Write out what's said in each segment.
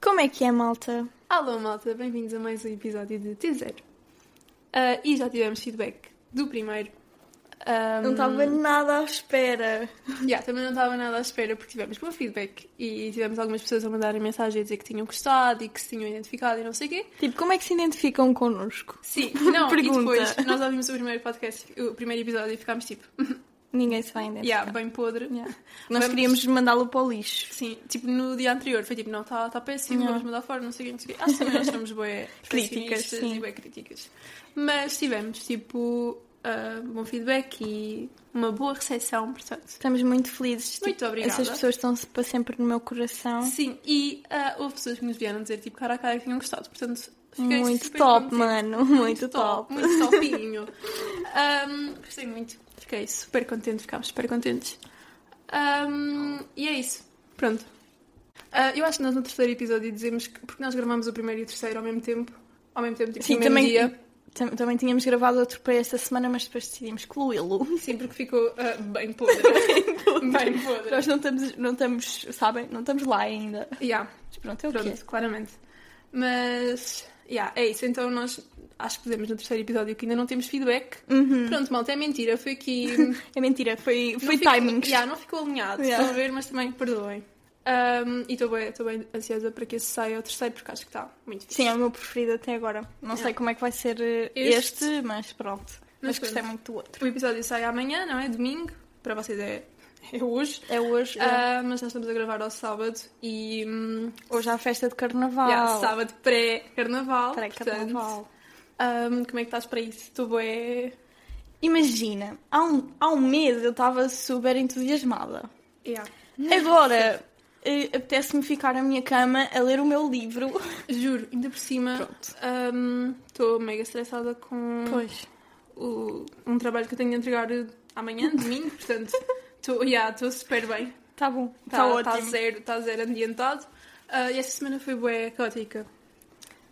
Como é que é, malta? Alô, malta, bem-vindos a mais um episódio de T0. Ah, e já tivemos feedback do primeiro. Ah, Não estava nada à espera. yeah, também não estava nada à espera porque tivemos bom feedback e tivemos algumas pessoas a mandarem mensagem a dizer que tinham gostado e que se tinham identificado e não sei o quê. Tipo, como é que se identificam connosco? Sim, não, e Pergunta. depois nós ouvimos o primeiro podcast, o primeiro episódio e ficámos tipo, Ninguém se vai identificar. yeah, bem podre. Yeah. Nós Vamos- queríamos mandá-lo para o lixo. Sim, tipo no dia anterior foi tipo, não, está tá péssimo, Yeah. vamos mandar fora, não sei o que, não sei o quê. Acho que também nós somos bué Críticas, perfeccionistas sim. e bué críticas. Mas tivemos tipo ah, bom feedback e uma boa recepção, portanto. Estamos muito felizes. Tipo, Muito obrigada. Essas pessoas estão -se para sempre no meu coração. Sim, e ah, houve pessoas que nos vieram dizer tipo cara a cara que tinham gostado, portanto fiquei muito super top, contente. mano. Muito top. Muito topinho. Ahm, gostei muito, fiquei super contente, ficámos super contentes. Ahm, e é isso, pronto. Ah, eu acho que nós no terceiro episódio dizemos que, porque nós gravamos o primeiro e o terceiro ao mesmo tempo, ao mesmo tempo, tipo, Sim, no mesmo também- dia. Tam- Também tínhamos gravado outro para esta semana, mas depois decidimos excluí-lo. Sim, porque ficou ah, bem podre. bem podre. Nós não estamos, não estamos, sabem, não estamos lá ainda. Yeah, Mas pronto, é o pronto, quê? claramente. Mas, yeah, é isso. Então nós, acho que fizemos no terceiro episódio que ainda não temos feedback. Pronto, malta, é mentira. Foi aqui... Uhum. É mentira, foi, Não foi ficou- timings. Yeah, não ficou alinhado, Yeah. estão a ver, mas também perdoem. Um, e estou bem, estou bem ansiosa para que esse saia ao terceiro, porque acho que está muito fixe. Sim, é o meu preferido até agora. Não sei como é que vai ser eh, Este. este, mas pronto. Mas Mas gostei pronto. muito do outro. O episódio sai amanhã, não é? Domingo. Para vocês é, é hoje. É hoje. eh, Ah, mas nós estamos a gravar ao sábado e. hum, hoje há a festa de carnaval. yeah, sábado pré-carnaval. Para carnaval. portanto, hum, como é que estás para isso? Estou bem. Imagina, há um, há um mês eu estava super entusiasmada. Yeah. Agora eh, apetece-me ficar na minha cama a ler o meu livro. Juro, ainda por cima. Pronto. hum, Estou mega estressada com. Pois. o- um trabalho que eu tenho de entregar amanhã, domingo, portanto, estou yeah, tô super bem. Tá bom. Tá, Está ótimo. zero, tá zero adiantado. Ah, e esta semana foi bué caótica.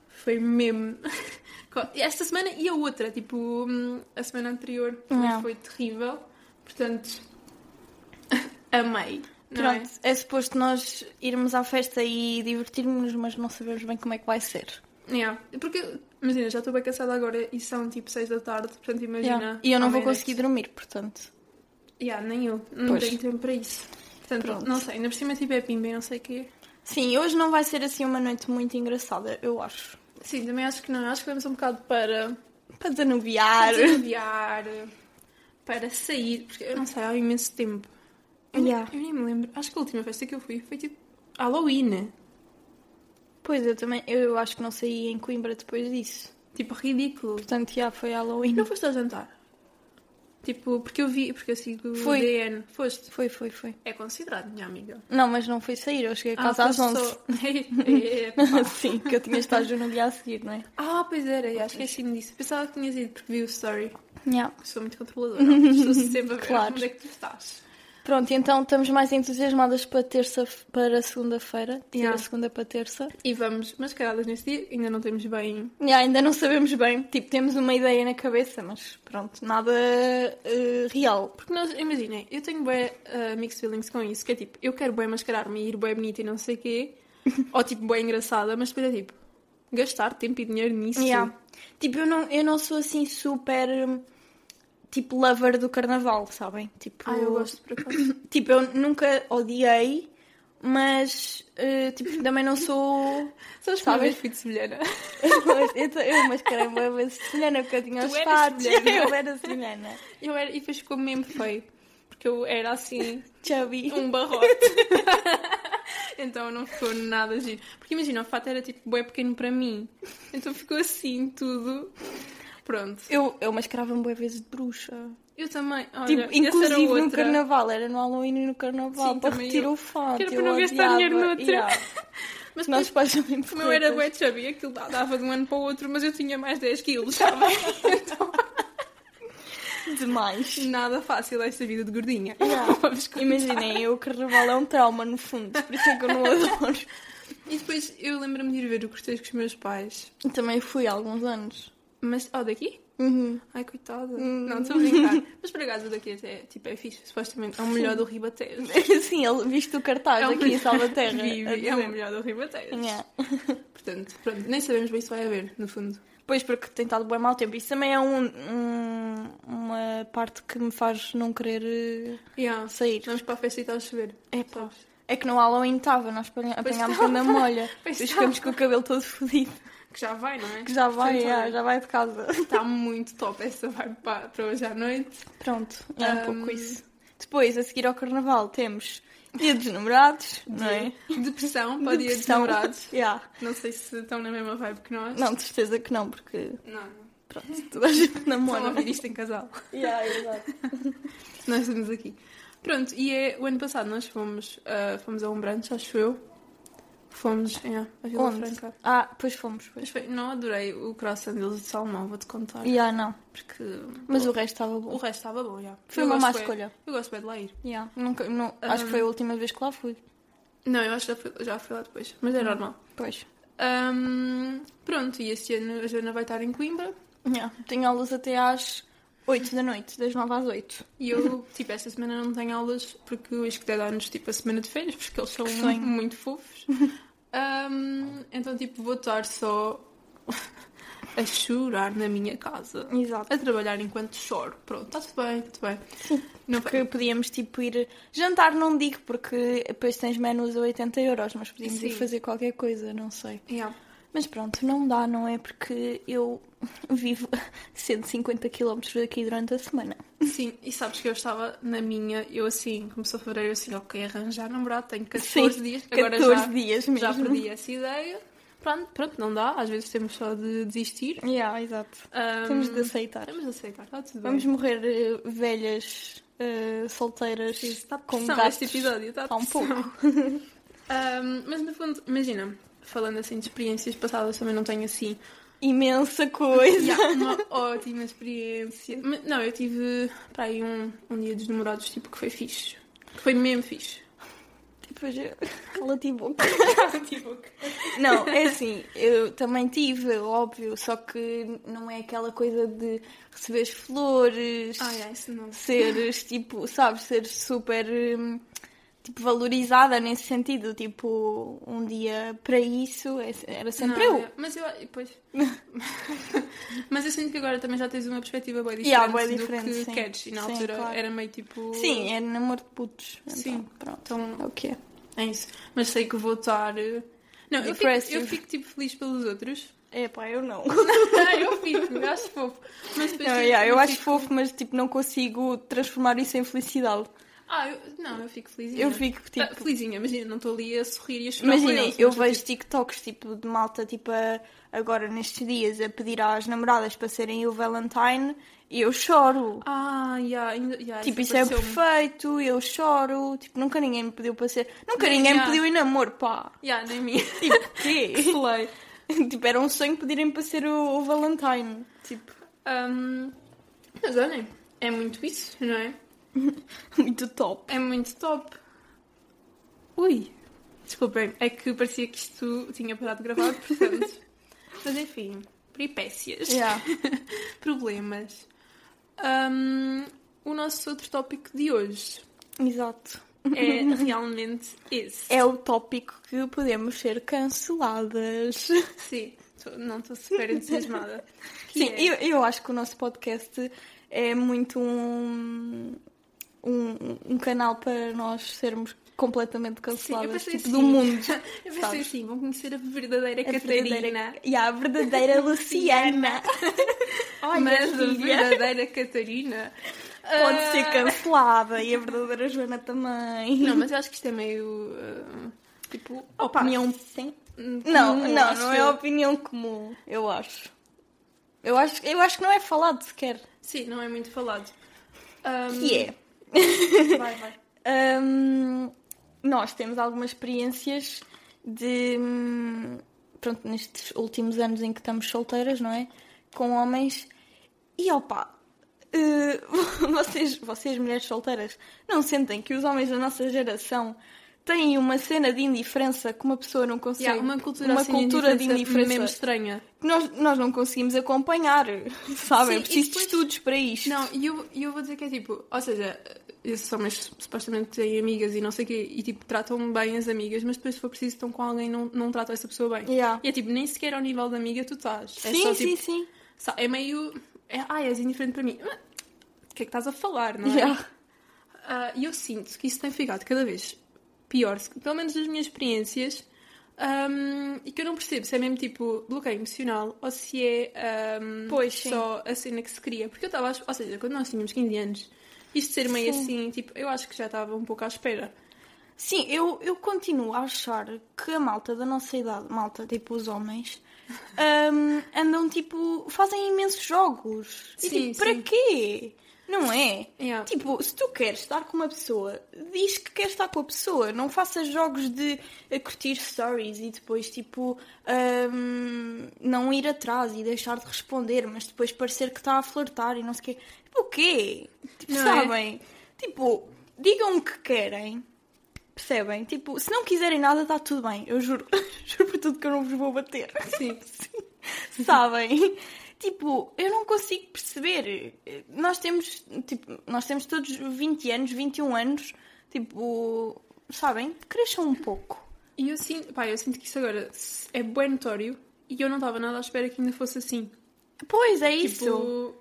Foi mesmo. caó- E esta semana e a outra, tipo, hum, a semana anterior também Não. foi terrível. Portanto, amei. não é? Pronto, é? suposto nós irmos à festa e divertirmos-nos, mas não sabemos bem como é que vai ser. Yeah. Porque, imagina, já estou bem cansada agora e são tipo 6 da tarde, portanto, imagina. é Yeah. E eu não à vou meia-noite. conseguir dormir, portanto. Yeah, nem eu. Não Pois. tenho tempo para isso. Portanto, Pronto. não sei. Ainda por cima tipo é pimba e não sei o quê. Sim, hoje não vai ser assim uma noite muito engraçada, eu acho. Sim, também acho que não. Acho que vamos um bocado para Para desanuviar. desviar, para sair. Porque eu não sei, há imenso tempo. Eu, nem- Yeah. eu nem me lembro. Acho que a última festa que eu fui foi tipo Halloween. Pois, eu também, eu acho que não saí em Coimbra depois disso. Tipo, ridículo. Portanto, já foi Halloween. Não foste ao jantar? Tipo, porque eu vi, porque eu sigo Fui. o DN. Foste. Foi, foi, foi. É considerado, minha amiga. Não, mas não fui sair, eu cheguei a Ah, casa às foste 11. só- Sim, que eu tinha estágio no dia a seguir, não é? ah, pois era, eu esqueci-me disso. Pensava que tinhas ido porque vi o story. Yeah. Sou muito controladora. Estou sempre a ver Claro. onde é que tu estás. Pronto, então estamos mais entusiasmadas para terça para segunda-feira, de Yeah. a segunda para terça. E vamos mascaradas nesse dia. Ainda não temos bem. Yeah, ainda não sabemos bem, tipo, temos uma ideia na cabeça, mas pronto, nada eh, real. Porque nós, imaginem, eu tenho bué uh, mixed feelings com isso. Que é tipo, eu quero bué mascarar-me e ir bué bonita e não sei o quê. ou tipo, bué engraçada. Mas depois é tipo, gastar tempo e dinheiro nisso. Yeah. Tipo, eu não, eu não sou assim super hum, tipo lover do carnaval, sabem? Tipo, Ah, eu gosto por acaso. tipo, eu nunca odiei, mas eh, tipo, também não sou. Sabes que uma Sabes? vez fui de Sevilhana. eu, tô- eu mascarei uma vez semelhana porque eu tinha Tu os eras fatos. semelhana. Eu era semelhana. Eu era, e depois ficou mesmo feio. Porque eu era assim, Chubby. um barrote. então não ficou nada giro. Porque imagina, o fato era tipo bué pequeno para mim. Então ficou assim tudo. Pronto. Eu, eu mascarava-me boas vezes de bruxa. Eu também. Olha, tipo, essa era inclusive no outra. carnaval, era no Halloween e no carnaval Sim, para também retirar eu. o fato. Que era eu para não gastar odiava. dinheiro noutra. Yeah. Mas Os nossos pais também como eu era porretas. bué chubby, aquilo da- dava de um ano para o outro, mas eu tinha mais 10 quilos, tá sabe? demais. Nada fácil esta vida de gordinha. Yeah. Vamos contar. Imaginem, eu carnaval é um trauma no fundo, por isso é que eu não adoro. E depois eu lembro-me de ir ver o cortejo com os meus pais. Também fui há alguns anos. Mas, ó, daqui? Uhum. Ai, coitada. Hum. Não, estou a brincar. Mas por acaso o daqui até tipo, é fixe. Supostamente é o melhor do Ribatejo. Sim, ele viste o cartaz É o aqui em Salvaterra. Vive, um é o melhor do Ribatejo. Yeah. Portanto, pronto, nem sabemos bem se vai haver, no fundo. Pois, porque tem estado bem mau tempo. Isso também é um- um- uma parte que me faz não querer Yeah. eh, sair. Vamos para a festa e está a chover. É pá. É que no Halloween estava, nós apanha- apanhámos quando a molha. Pois Depois estava. ficamos com o cabelo todo fodido. Que já vai, não é? Que já vai, Portanto, já, olha, já vai de casa. Está muito top essa vibe para, para hoje à noite. Pronto, é um, Um, pouco isso. Depois, a seguir ao carnaval, temos dia dos namorados, não é? Depressão para o dia dos Depressão. namorados. Yeah. Não sei se estão na mesma vibe que nós. Não, de certeza que não, porque Não, não. pronto, toda a gente Estão a namora. ouvir isto em casal. Yeah, exato. Nós estamos aqui. Pronto, e é, o ano passado nós fomos, ah, fomos a um brunch, acho eu. Fomos é, a Vila Onde? Franca. Ah, pois fomos, pois. Mas foi, não adorei o croissant deles de salmão, vou-te contar. Yeah, não. Porque Mas pô, o resto estava o bom. resto estava bom, já. Foi Eu uma gosto má bué- escolha. Ah. Eu gosto bem de lá ir. Yeah. Nunca, não, acho que foi a última vez que lá fui. Não, eu acho que já fui, já fui lá depois, mas é normal. Pois. Ahm, Hum, pronto, e este ano a Joana vai estar em Coimbra Yeah. Tenho aulas até às 8 da noite, das 9 às 8. e eu, tipo, esta semana não tenho aulas porque o Isqueté dá-nos, tipo, a semana de férias porque eles são Que sonho. muito fofos. Ahm, então, tipo, vou estar só a chorar na minha casa. Exato. A trabalhar enquanto choro. Pronto, está tudo bem, tudo bem. Não vai- Porque podíamos tipo ir jantar, não digo, porque depois tens menus a 80 euros, mas podíamos ir Sim. fazer qualquer coisa, não sei. Yeah. Mas pronto, não dá, não é? Porque eu vivo 150 km daqui durante a semana. Sim, e sabes que eu estava na minha, eu assim, começou fevereiro, eu assim, ok, arranjar namorado, tenho 14 Sim, dias, agora 14 já, dias mesmo. já perdi essa ideia. Pronto, pronto, não dá, às vezes temos só de desistir. Yeah, exato. Ahm, Temos de aceitar. Temos de aceitar, está tudo Vamos bem. morrer eh, velhas, eh, solteiras, Sim, está com pressão gatos. este episódio, está, Está um pressão. pouco. Ahm, mas no fundo, imagina, falando assim de experiências passadas, também não tenho assim Imensa coisa. yeah, uma ótima experiência. Mas, não, eu tive para aí um, um dia dos namorados tipo que foi fixe, que foi mesmo fixe. Tipo, eu- cala-te a boca. Tipo, Não, é assim, eu também tive, óbvio, só que não é aquela coisa de receberes flores, Ai, ai, isso não. seres tipo, sabes, seres super hum, tipo, valorizada nesse sentido. Tipo, um dia para isso é- era sempre Não, eu. é- Mas eu, pois. mas eu sinto que agora também já tens uma perspectiva bem diferente, Yeah, bué do diferente, que sim. queres. E na Sim, altura claro. era meio tipo. Sim, era namoro de putos. Sim. Então, pronto. Então É o que é. é isso. Mas sei que vou estar. eh, Não, eu fico, Depressive. eu fico tipo feliz pelos outros. É pá, eu não. Ah, eu fico, eu acho fofo. Mas Não, depois. tipo, yeah, eu acho fico- fofo, mas tipo, não consigo transformar isso em felicidade. Ah, eu- não, eu fico felizinha. Eu fico Ah, tipo. felizinha, imagina, não estou ali a sorrir e a chorar. com Imaginem, eles, eu mas vejo TikToks tipo de malta tipo a- agora nestes dias a pedir às namoradas para serem o Valentine e eu choro. tipo, Ah, yeah, ainda. yeah, tipo, isso é apareceu-me. perfeito, eu choro. Tipo, nunca ninguém me pediu para ser. Nunca ninguém já. me pediu em namoro, pá. Yeah, nem mim. Tipo, quê? Falei. tipo, era um sonho pedirem para ser o, o Valentine. Tipo, Ahm, mas olhem, é muito isso, não é? muito top. É muito top. Ui. Desculpem, é que parecia que isto tinha parado de gravar, portanto. Mas enfim, peripécias, Yeah. problemas. Ahm, o nosso outro tópico de hoje Exato. é realmente esse. É o tópico que podemos ser canceladas. Sim, tô- não estou super entusiasmada. Que Sim, é- eu, eu acho que o nosso podcast é muito um, um, um canal para nós sermos completamente canceladas pensei tipo, assim. do mundo. Eu pensei sabes? assim, vão conhecer a verdadeira A Catarina. verdadeira- E a é verdadeira Luciana. Ai, Mas a filha. verdadeira Catarina Pode ser ah, cancelada e a verdadeira Joana também. Não, mas eu acho que isto é meio. ah, tipo. Opa, opinião sim. hum, Não, comum, não, acho não é eu. opinião comum, eu acho. Eu acho, eu acho que não é falado sequer. Sim, não é muito falado. Ah, Ahm, Que é. Vai, vai. Hum, nós temos algumas experiências de. hum, Pronto, nestes últimos anos em que estamos solteiras, não é? Com homens. E opa! eh, vocês, vocês, mulheres solteiras, não sentem que os homens da nossa geração têm uma cena de indiferença que uma pessoa não consegue. Yeah, uma cultura, uma assim, cultura de indiferença mesmo estranha. que nós, nós não conseguimos acompanhar, sabe? Sim, é e preciso depois- de estudos para isto. Não, e eu, e eu vou dizer que é tipo, ou seja, eu sou, mas supostamente têm amigas e não sei o quê, e tipo, tratam bem as amigas, mas depois se for preciso estão com alguém não, não tratam essa pessoa bem. Yeah. E é tipo, nem sequer ao nível da amiga tu estás. É sim, só, sim, tipo, sim. sa- É meio. É, ai, és indiferente para mim. Ah, O que é que estás a falar, não é? Yeah. Ah, E eu sinto que isso tem ficado cada vez pior, se- pelo menos das minhas experiências, ahm, e que eu não percebo se é mesmo tipo bloqueio emocional ou se é ahm, Pois, sim. só a cena que se cria. Porque eu estava, às- ou seja, quando nós tínhamos 15 anos, isto de ser meio Sim. assim, tipo, eu acho que já estava um pouco à espera. Sim, eu, eu continuo a achar que a malta da nossa idade, malta, tipo os homens, hum, andam tipo. fazem imensos jogos. e Sim, tipo, para sim. quê? Não é? Yeah. Tipo, se tu queres estar com uma pessoa, diz que queres estar com a pessoa. Não faças jogos de eh, curtir stories e depois, tipo, hum, não ir atrás e deixar de responder, mas depois parecer que está a flertar e não sei o quê. Tipo, o quê? Tipo, Não é? sabem? Tipo, digam o que querem. Percebem? Tipo, se não quiserem nada, está tudo bem. Eu juro. juro por tudo que eu não vos vou bater. Sim. Sabem? Tipo, eu não consigo perceber. Nós temos, tipo, nós temos todos 20 anos, 21 anos. Tipo, sabem? Cresçam um pouco. E eu sinto, pá, eu sinto que isso agora se- é bem notório e eu não estava nada à espera que ainda fosse assim. Pois, é isso. Tipo,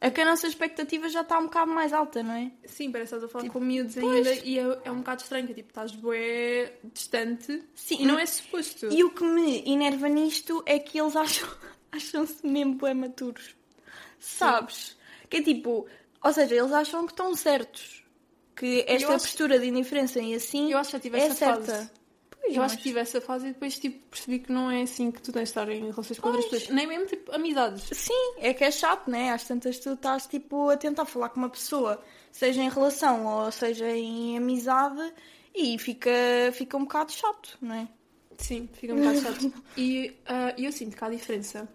É que a nossa expectativa já está um bocado mais alta, não é? sim, parece que estás a falar com miúdos ainda e é, é um bocado estranho, que é tipo, estás bué distante Sim, e não é suposto. E o que me enerva nisto é que eles acham, acham-se mesmo bem maturos. Sabes? Que é tipo, ou seja, eles acham que estão certos. Que esta acho- postura de indiferença e assim Eu acho que já tive é essa certa. fase. Pois, Eu acho mas- que tive essa fase e depois tipo, percebi que não é assim que tu tens de estar em relações com outras Pois. pessoas. Nem mesmo tipo amizades. Sim, é que é chato, né? Às tantas tu estás tipo a tentar falar com uma pessoa, seja em relação ou seja em amizade, e fica, fica um bocado chato, não é? Sim, fica um bocado chato. E ah, eu sinto que há diferença.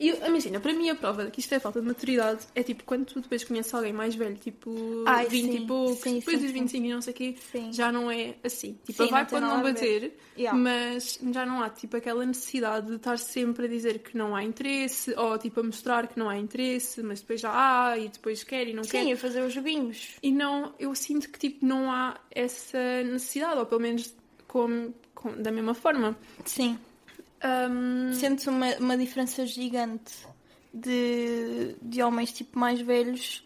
E eu- imagina, para mim a prova de que isto é falta de maturidade é tipo quando tu depois conheces alguém mais velho, tipo Ai, 20 sim. e poucos, Sim, depois sim, dos sim. 25 e não sei o quê, Sim. já não é assim. Tipo, Sim, vai não tem quando não nada a ver. bater, Yeah. mas já não há tipo aquela necessidade de estar sempre a dizer que não há interesse ou tipo a mostrar que não há interesse, mas depois já há e depois quer e não quer. Sim, a fazer os joguinhos. E não, eu sinto que tipo não há essa necessidade, ou pelo menos com, com- da mesma forma. Sim. Ahm, Sente-se uma, uma diferença gigante de, de homens tipo mais velhos.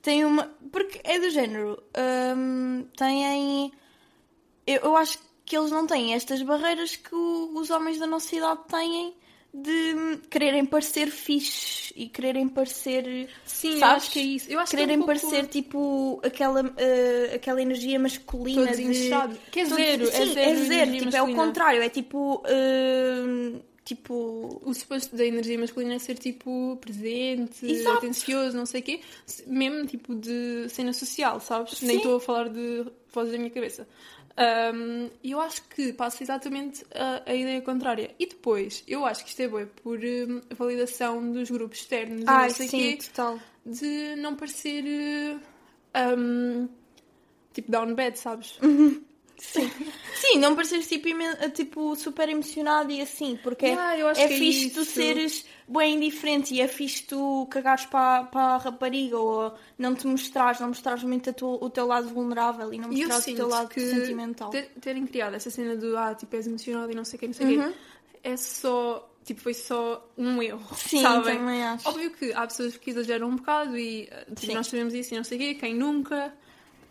Tem uma. Porque é do género. hum, têm. Eu, eu acho que eles não têm estas barreiras que o- os homens da nossa idade têm de hum, quererem parecer fixe e quererem parecer. sim, eu sabes? acho que é isso. Eu acho Quererem que é um pouco parecer tipo aquela, ah, aquela energia masculina todos de- inchados. Que é Todos- zero, sim, é zero. energia tipo, é o masculina. contrário, é tipo. hum, tipo. O suposto da energia masculina é ser tipo presente, Exato. atencioso, não sei o quê, se- mesmo tipo de cena social, sabes? Sim. Nem estou a falar de vozes da minha cabeça. Ahm, E eu acho que passa exatamente a, a ideia contrária. E depois, eu acho que isto é bom por hum, validação dos grupos externos e Ai, não sei o sim, quê, total. de não parecer eh, hum, tipo down bad, sabes? Uhum. Sim. sim, não pareceres tipo, imen- tipo super emocionado e assim, porque é- Yeah, eu acho é que é fixe tu isso. seres bem indiferente e é fixe tu cagares para, para a rapariga ou não te mostrares, não mostrares muito a tua- o teu lado vulnerável e não E eu mostrares um o sinto teu lado que sentimental. ter- terem criado essa cena do ah, tipo, és emocional e não sei o quê, não sei o Uhum. quê, é só, tipo, foi só um erro, Sim, sabem? também acho. Óbvio que há pessoas que exageram um bocado e ah, tipo, Sim. nós sabemos isso e não sei o quê, quem nunca...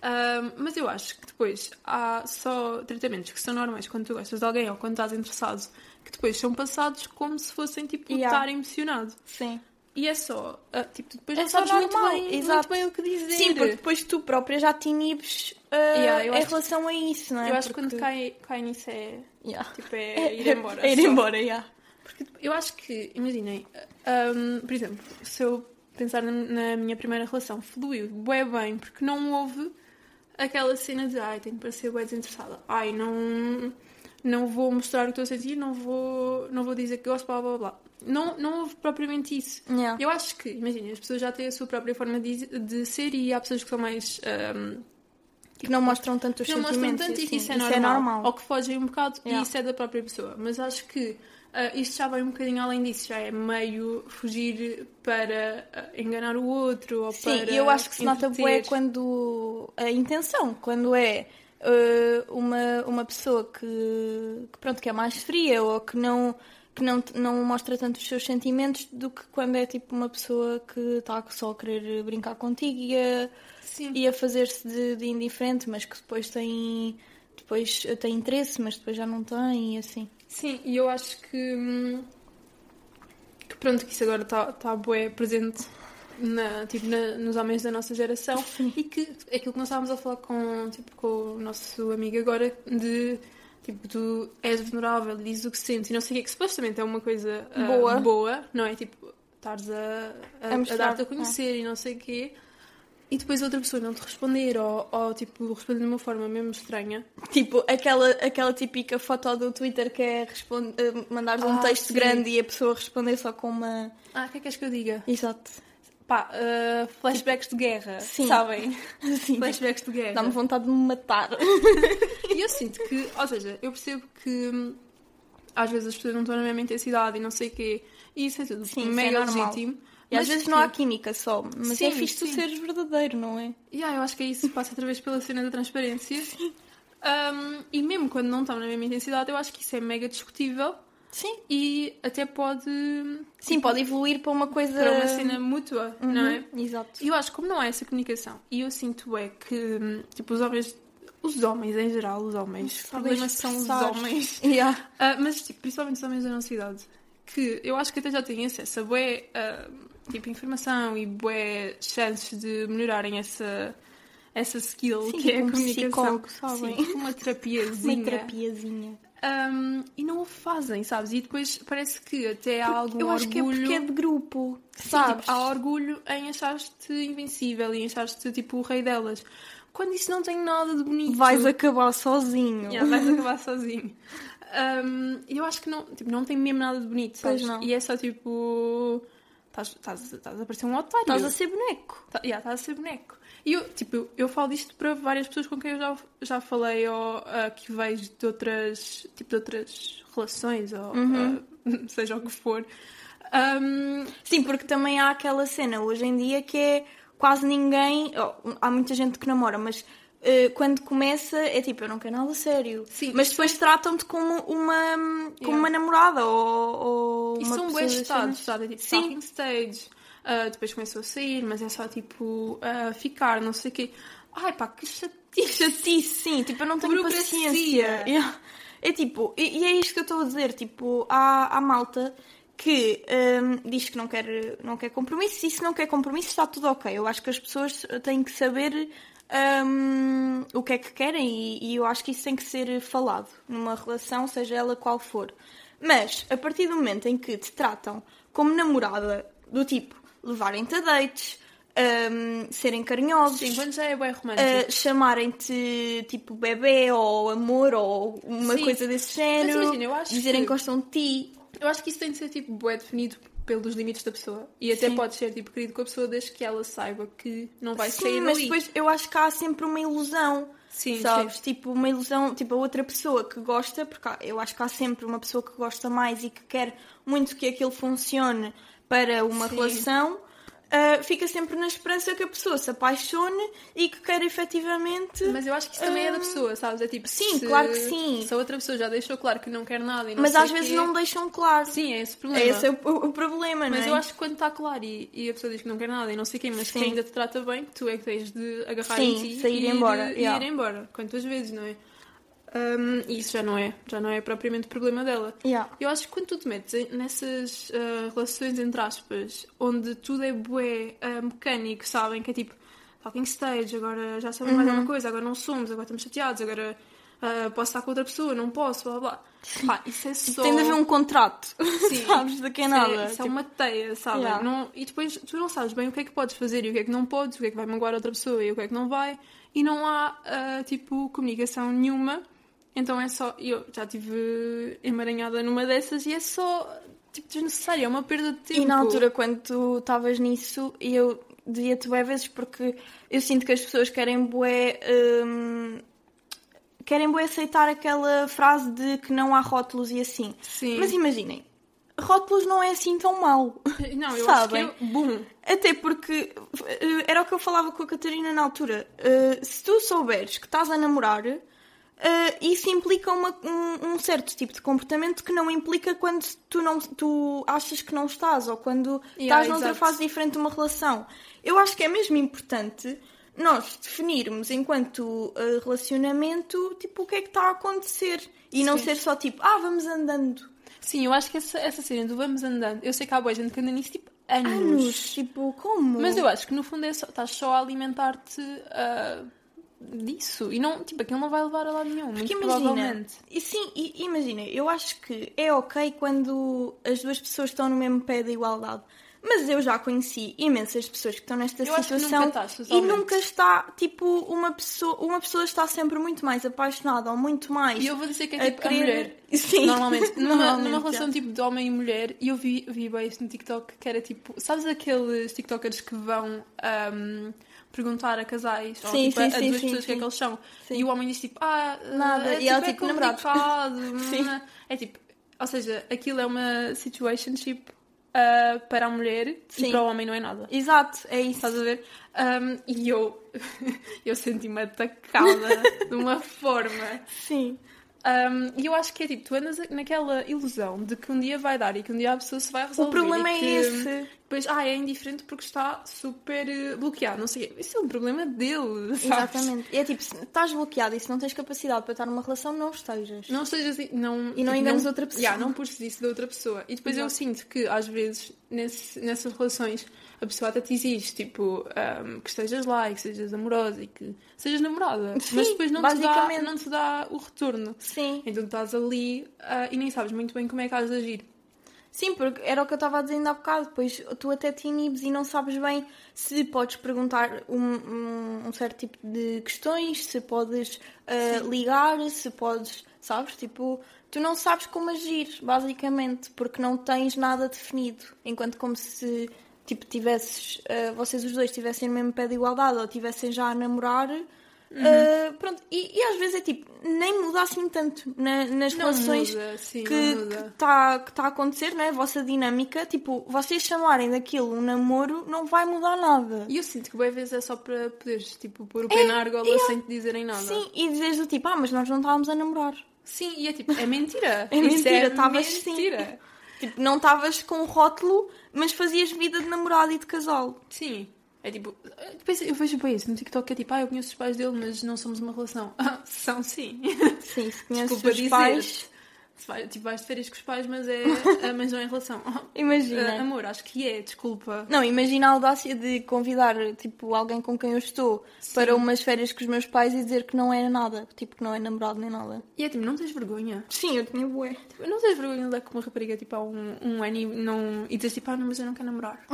Ahm, mas eu acho que depois há só tratamentos que são normais quando tu gostas de alguém ou quando estás interessado, que depois são passados como se fossem tipo Yeah. estar emocionado. Sim. E é só, ah, tipo, tu depois É não só sabes muito normal, bem, exato. muito bem o que dizer. Sim, porque depois tu própria já te inibes ah, Yeah, eu em acho- relação a isso, não é? eu acho que Porque- quando cai, cai nisso é, Yeah. Tipo, é ir embora. É ir só. embora, yeah. Porque eu acho que, imaginem, hum, por exemplo, se eu pensar na, na minha primeira relação, fluiu bué bem, porque não houve aquela cena de ai, tenho de parecer bué desinteressada, ai, não, não vou mostrar o que estou a sentir, não vou, não vou dizer que gosto, blá blá blá. Não, não houve propriamente isso. Yeah. Eu acho que, imagina, as pessoas já têm a sua própria forma de, de ser e há pessoas que são mais. hum, que Tipo, não mostram tanto os não mostram sentimentos. tanto e que isso é, assim. normal, Ou que fogem um bocado Yeah. e isso é da própria pessoa. Mas acho que ah, isto já vai um bocadinho além disso, já é meio fugir para ah, enganar o outro ou Sim, para. e eu acho que se nota bué entreter. quando a intenção, quando é eh, uma, uma pessoa que, que, pronto, que é mais fria ou que não que não, não mostra tanto os seus sentimentos do que quando é tipo uma pessoa que está só a querer brincar contigo e a, Sim. e a fazer-se de, de indiferente, mas que depois tem depois tem interesse, mas depois já não tem e assim. Sim, e eu acho que, hum, que pronto, que isso agora está tá bué presente na, tipo, na- nos homens da nossa geração e que é aquilo que nós estávamos a falar com, tipo, com o nosso amigo agora de tipo, tu és vulnerável, dizes o que sentes e não sei o que, que supostamente é uma coisa ah, Boa. boa, não é? Tipo, estares a, a, A a, mostrar, dar-te a é. conhecer e não sei o quê. E depois a outra pessoa não te responder ou, ou tipo, responder de uma forma mesmo estranha. Tipo, aquela, aquela típica foto do Twitter que é responde, eh, mandares um Ah, texto sim. grande e a pessoa responder só com uma. Ah, o que é que és que eu diga? Exato. Pá, ah, flashbacks de guerra, Sim. sabem? Sim. Flashbacks de guerra. Dá-me vontade de me matar. E eu sinto que, ou seja, eu percebo que hum, às vezes as pessoas não estão na mesma intensidade e não sei o quê. E isso é tudo Sim, isso é mega normal. legítimo. E às mas vezes que- não há química só, mas é Sim, fixe tu sim. seres verdadeiro, não é? Yeah, eu acho que é isso passa outra vez pela cena da transparência. Um, e mesmo quando não estão na mesma intensidade, eu acho que isso é mega discutível Sim. e até pode hum, tipo, Sim, pode evoluir Tipo, para uma coisa. para uma cena mútua, Uhum, não é? Exato. E eu acho que como não há essa comunicação, e eu sinto é que hum, tipo, os homens, os homens em geral, os homens, o problema são os expressar. homens. Yeah. Ah, mas tipo, principalmente os homens da nossa idade, que eu acho que até já têm acesso a bué ah, tipo, informação e bué chances de melhorarem essa, essa skill Sim, que é tipo a um comunicação. psicólogo, sabem? Sim, tipo uma terapiazinha. Uma terapiazinha. Ahm, e não o fazem, sabes? E depois parece que até há algum Eu acho que é orgulho. porque é de grupo, Sim, sabes? tipo, há orgulho em achar-te invencível e em achar-te tipo o rei delas. Quando isso não tem nada de bonito. Vais acabar sozinho. Yeah, vais acabar sozinho. Um, e eu acho que não, tipo, não tem mesmo nada de bonito, Pois sabes? não. E é só tipo. Estás- Estás estás a parecer um otário. Estás a ser boneco. Tá- yeah, estás a ser boneco. E eu, tipo, eu, eu falo disto para várias pessoas com quem eu já, já falei ou ah, que vejo de outras, tipo, de outras relações ou Uhum. ah, seja o que for. Um, Sim, porque também há aquela cena hoje em dia que é quase ninguém. oh, há muita gente que namora, mas eh, quando começa é tipo, eu não quero nada sério. Sim, mas depois tratam-te como uma, como Yeah. uma namorada ou. ou E uma pessoa são assim, bué das estados, cenas. sabe? Tipo, Sim. talking stage. Ah, depois começou a sair, mas é só tipo ah, ficar, não sei o quê. Ai pá, Que que chatice. Chatice, sim, tipo, eu não tenho Burocracia. paciência. Yeah. É tipo, e, e é isto que eu estou a dizer, tipo, há, há malta que hum, diz que não quer, não quer compromisso, e se não quer compromisso está tudo ok. Eu acho que as pessoas têm que saber hum, o que é que querem e, e eu acho que isso tem que ser falado numa relação, seja ela qual for. Mas, a partir do momento em que te tratam como namorada, do tipo, levarem-te a dates, hum, serem carinhosos... Sim, quando já é bem romântico. Uh, chamarem-te tipo bebê ou amor ou uma Sim. coisa desse Mas género, imagina, eu acho dizerem que- que gostam de ti. Eu acho que isso tem de ser tipo bué definido pelos limites da pessoa. E até Sim. pode ser tipo querido com a pessoa desde que ela saiba que não vai Sim, sair mas ali. depois eu acho que há sempre uma ilusão. Sim, sabes? Tipo, uma ilusão, tipo, a outra pessoa que gosta, porque há- eu acho que há sempre uma pessoa que gosta mais e que quer muito que aquilo funcione para uma Sim. relação, uh, fica sempre na esperança que a pessoa se apaixone e que quer efetivamente. Mas eu acho que isso também é da Hum, pessoa, sabes? É tipo, sim, se- claro que sim. Se a outra pessoa já deixou claro que não quer nada e não Mas sei às o vezes quê, não deixam claro. Sim, é esse o problema. É Esse é o, o- o problema, não é? Mas eu acho que quando está claro e, e a pessoa diz que não quer nada e não sei quem, mas Sim. que ainda te trata bem, tu é que tens de agarrar Sim, em ti sair e ir, embora, e yeah. ir embora. Quantas vezes, não é? Hum, E isso já não é, já não é propriamente problema dela. Yeah. Eu acho que quando tu te metes em- nessas ah, relações entre aspas, onde tudo é bué ah, mecânico, sabem? Que é tipo talking stage, agora já sabemos Uhum. mais alguma coisa, agora não somos, agora estamos chateados, agora ah, posso estar com outra pessoa, não posso, blá blá. blá. Pá, isso é só. Tem de haver um contrato, Sim. sabes, de quem Isso nada. É, isso é uma teia, sabe? tipo Yeah. Não- e depois tu não sabes bem o que é que podes fazer e o que é que não podes, o que é que vai magoar outra pessoa e o que é que não vai. E não há, ah, tipo, comunicação nenhuma. Então é só. Eu já estive emaranhada numa dessas e é só, tipo, desnecessário. É uma perda de tempo. E na altura, quando tu estavas nisso, eu, dizia-te bué vezes porque eu sinto que as pessoas querem bué. hum, querem bué aceitar aquela frase de que não há rótulos e assim. Sim. Mas imaginem, rótulos não é assim tão mau. não, eu sabem. acho que é um eu... Bum. Até porque eh, era o que eu falava com a Catarina na altura. Eh, se tu souberes que estás a namorar, eh, isso implica uma- um, um certo tipo de comportamento que não implica quando tu, não, tu achas que não estás ou quando Yeah, estás noutra exato. fase diferente de uma relação. Eu acho que é mesmo importante nós definirmos enquanto eh, relacionamento tipo o que é que está a acontecer e não Sim. ser só tipo, ah, vamos andando. Sim, eu acho que essa, essa cena do vamos andando... Eu sei que há boa gente que anda nisso, tipo, anos. Anos, tipo, como? Mas eu acho que no fundo é só, estás só a alimentar-te ah, disso. E não, tipo, aquilo não vai levar a lado nenhum, Porque muito imagina, provavelmente. e sim, e- imagina, eu acho que é ok quando as duas pessoas estão no mesmo pé da igualdade. Mas eu já conheci imensas pessoas que estão nesta Eu acho que situação nunca estás, e totalmente. nunca está, tipo, uma pessoa, uma pessoa está sempre muito mais apaixonada ou muito mais E eu vou dizer que a é tipo a querer- mulher. Sim. Normalmente, numa, Normalmente, numa já. relação tipo de homem e mulher, e eu vi, vi bem isso no TikTok, que era tipo, sabes aqueles TikTokers que vão ahm, perguntar a casais ou Sim, tipo, a, sim, a sim, duas sim, pessoas o que é sim. que eles são? Sim. E o homem diz tipo, ah, Nada. é, E ela, é tipo, namorado. complicado, Sim. É tipo, ou seja, aquilo é uma situationship ah, para a mulher e Sim. para o homem não é nada. Exato, é isso. Estás a ver? Ahm, e eu, eu senti-me atacada de uma forma. Sim. Um, e eu acho que é tipo, tu andas naquela ilusão de que um dia vai dar e que um dia a pessoa se vai resolver. O problema e é que esse. Depois, ah, é indiferente porque está super eh, bloqueado, não sei o quê. Isso é um problema dele, sabes? Exatamente. É tipo, se estás bloqueado e se não tens capacidade para estar numa relação, não estejas. Não sejas. assim, Não, E não enganes outra pessoa. Yeah, não puxes isso da outra pessoa. E depois eu Exato. sinto que, às vezes, nesse- nessas relações, a pessoa até te exige, tipo, um, que estejas lá e que sejas amorosa e que sejas namorada. Sim, Mas depois não te, dá, basicamente. não te dá o retorno. Sim. Então estás ali ah, e nem sabes muito bem como é que has de agir. Sim, porque era o que eu estava a dizer ainda há bocado, pois tu até te inibes e não sabes bem se podes perguntar um, um- um certo tipo de questões, se podes uh, ligar, se podes, sabes? Tipo, tu não sabes como agir, basicamente, porque não tens nada definido. Enquanto como se, tipo, tivesses, uh, vocês os dois estivessem no mesmo pé de igualdade ou estivessem já a namorar. uh, Uhum. pronto, e, e às vezes é tipo, nem muda assim tanto na- nas Não relações muda, sim, que não está muda. que tá- que tá a acontecer, não é? A vossa dinâmica, tipo, vocês chamarem daquilo um namoro não vai mudar nada. E eu sinto que boas vezes é só para poderes, tipo, pôr o pé na argola sem te dizerem nada. Sim, e dizes do tipo, ah, mas nós não estávamos a namorar. Sim, e é tipo, é mentira. É Isso mentira, é estavas sim. mentira. Tipo, não estavas com um rótulo, mas fazias vida de namorado e de casal. Sim. É tipo, depois eu vejo bem isso no TikTok, que é tipo, ah, eu conheço os pais dele, mas não somos uma relação. Ah, são sim. Sim, se conheces Desculpa os dizer. pais, Se vai- tipo, vais de férias com os pais, mas, é, ah, mas não é em relação. Ah, ah, imagina. amor, acho que é, desculpa. Não, imagina a audácia de convidar, tipo, alguém com quem eu estou para umas férias com os meus pais e dizer que não é nada. Tipo, que não é namorado nem nada. E é tipo, não tens vergonha. Sim, eu tinha bué. Tipo, não tens vergonha de dar com uma rapariga, tipo, há um, um ano e, não... e dizes tipo, ah, não, mas eu não quero namorar.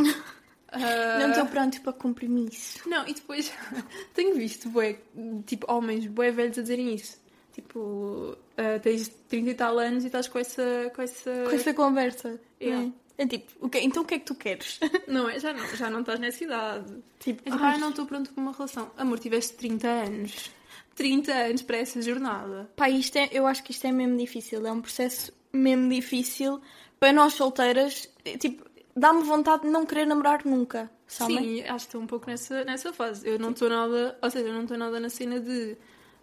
Ah, Não estou pronto para compromisso. Não, e depois tenho visto bué, tipo, homens bué velhos a dizerem isso. Tipo, ah, tens 30 e tal anos e estás com essa. Com essa... Com essa conversa. Yeah. não É É tipo, o que- então o que é que tu queres? Não, é, já não, já não estás nessa idade. Tipo, É tipo, ai, ah, não estou pronto para uma relação. Amor, tiveste 30 anos. 30 anos para essa jornada. Pá, isto é, eu acho que isto é mesmo difícil. É um processo mesmo difícil para nós solteiras. é, Tipo, dá-me vontade de não querer namorar nunca, sabem? Sim, acho que estou um pouco nessa, nessa fase. Eu não estou nada, ou seja, eu não estou nada na cena de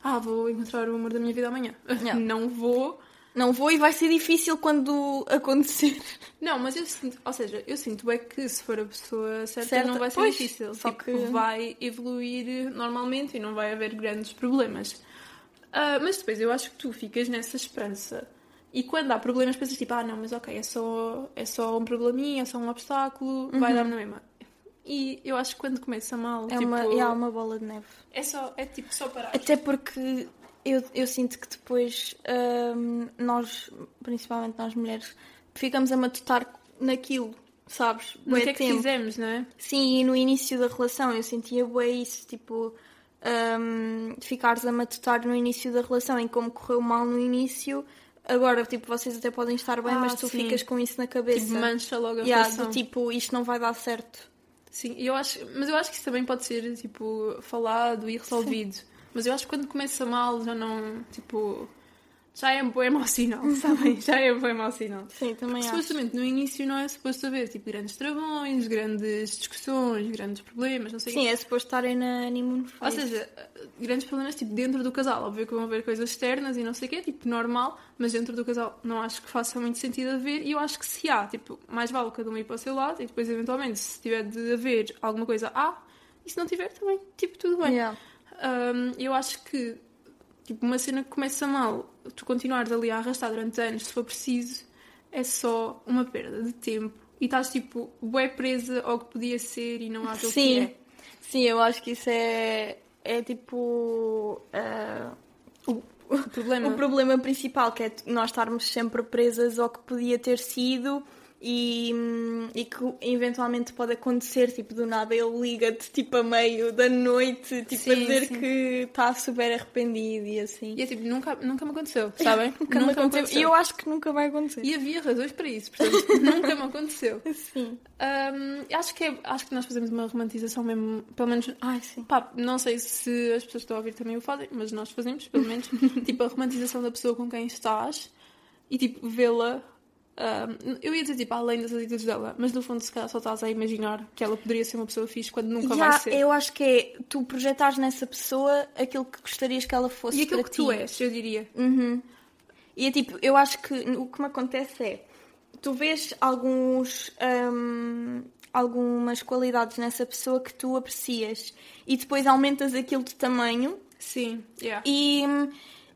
ah, vou encontrar o amor da minha vida amanhã. Yeah. Não vou. Não vou e vai ser difícil quando acontecer. Não, mas eu sinto, ou seja, eu sinto é que se for a pessoa certa, Certa, não vai ser pois, difícil. só Só que que- vai evoluir normalmente e não vai haver grandes problemas. Ah, mas depois eu acho que tu ficas nessa esperança. E quando há problemas, pensas tipo, ah, não, mas ok, é só, é só um probleminha, é só um obstáculo, vai dar na mesma. E eu acho que quando começa mal, Uhum. É, tipo, uma, é uma bola de neve. é só, é tipo só parar. Até porque eu, eu sinto que depois hum, nós, principalmente nós mulheres, ficamos a matutar naquilo, sabes? No Bué que é que tempo. fizemos, não é? Sim, e no início da relação eu sentia bué isso, tipo, hum, de ficares a matutar no início da relação e como correu mal no início, agora, tipo, vocês até podem estar bem, Ah, mas tu sim. ficas com isso na cabeça. Tipo, mancha logo a é. Yeah, relação. do tipo, isto não vai dar certo. Sim, e eu acho, mas eu acho que isso também pode ser, tipo, falado e resolvido. Mas eu acho que quando começa mal já não, tipo, já é um bom mau sinal, sabem? Já é um bom mau sinal. Sim, também acho. Supostamente no início não é suposto haver, tipo, grandes travões, grandes discussões, grandes problemas, não sei o quê. Sim, é suposto estarem na honeymoon Ou phase. seja, grandes problemas, tipo, dentro do casal. Óbvio que vão haver coisas externas e não sei o quê, tipo, normal, mas dentro do casal não acho que faça muito sentido haver. E eu acho que se há, tipo, mais vale cada um ir para o seu lado e depois, eventualmente, se tiver de haver alguma coisa, há. E se não tiver, também, tipo, tudo bem. Yeah. Hum, eu acho que tipo, uma cena que começa mal, tu continuares ali a arrastar durante anos, se for preciso, é só uma perda de tempo. E estás tipo, bué presa ao que podia ser e não há aquilo que Sim, é. sim, eu acho que isso é, é tipo ah, O problema. o problema principal, que é t- nós estarmos sempre presas ao que podia ter sido e, hum, e que eventualmente pode acontecer, tipo, do nada ele liga-te tipo a meio da noite, tipo a Sim, dizer sim. que está super arrependido e assim. E é tipo, nunca, nunca me aconteceu, sabem? Nunca, me aconteceu. E eu acho que nunca vai acontecer. E havia razões para isso, portanto, nunca me aconteceu. Sim. Hum, acho, que é- acho que nós fazemos uma romantização mesmo, pelo menos Ai, sim. Pá, não sei se as pessoas que estão a ouvir também o fazem, mas nós fazemos, pelo menos. tipo, a romantização da pessoa com quem estás e, tipo, vê-la. ahm, eu ia dizer, tipo, além das atitudes dela, mas no fundo, se calhar, só estás a imaginar que ela poderia ser uma pessoa fixe quando nunca Já, vai ser. eu acho que é tu projetares nessa pessoa aquilo que gostarias que ela fosse E aquilo para que ti. tu és, eu diria. E é tipo, eu acho que o que me acontece é, tu vês alguns, hum, algumas qualidades nessa pessoa que tu aprecias e depois aumentas aquilo de tamanho Sim, yeah. e,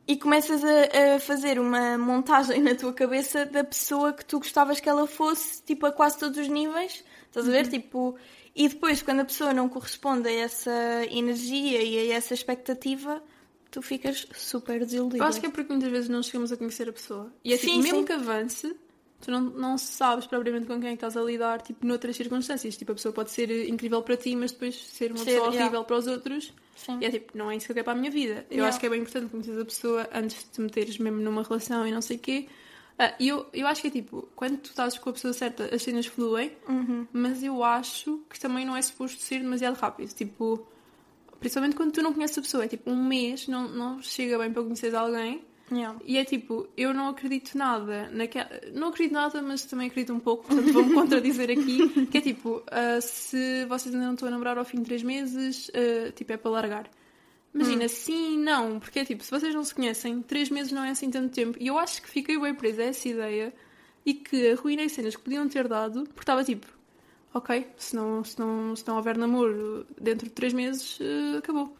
e começas a, a fazer uma montagem na tua cabeça da pessoa que tu gostavas que ela fosse, tipo, a quase todos os níveis, estás a ver? Uhum. Tipo, e depois quando a pessoa não corresponde a essa energia e a essa expectativa, tu ficas super desiludida. Eu acho que é porque muitas vezes não chegamos a conhecer a pessoa. E é tipo, Sim, mesmo sim. que avance, tu não, não sabes propriamente com quem é que estás a lidar, tipo, noutras circunstâncias. Tipo, a pessoa pode ser eh, incrível para ti, mas depois ser uma Ser, pessoa yeah. horrível para os outros. Sim. E é tipo, não é isso que eu quero para a minha vida. Eu Yeah. acho que é bem importante conhecer a pessoa antes de te meteres mesmo numa relação e não sei o quê. Ah, E eu, eu acho que é tipo, quando tu estás com a pessoa certa, as cenas fluem, Uhum. mas eu acho que também não é suposto ser demasiado rápido. Tipo, principalmente quando tu não conheces a pessoa, é tipo um mês, não, não chega bem para conhecer alguém. Yeah. E é tipo, eu não acredito nada naquela. Não acredito nada, mas também acredito um pouco, portanto vou-me contradizer aqui. Que é tipo, ah, se vocês ainda não estão a namorar ao fim de três meses, ah, tipo, é para largar. Imagina, sim, não, porque é tipo, se vocês não se conhecem, três meses não é assim tanto tempo. E eu acho que fiquei bem presa a essa ideia e que arruinei cenas que podiam ter dado, porque estava tipo, ok, se não, se, não, se não houver namoro dentro de três meses, ah, acabou.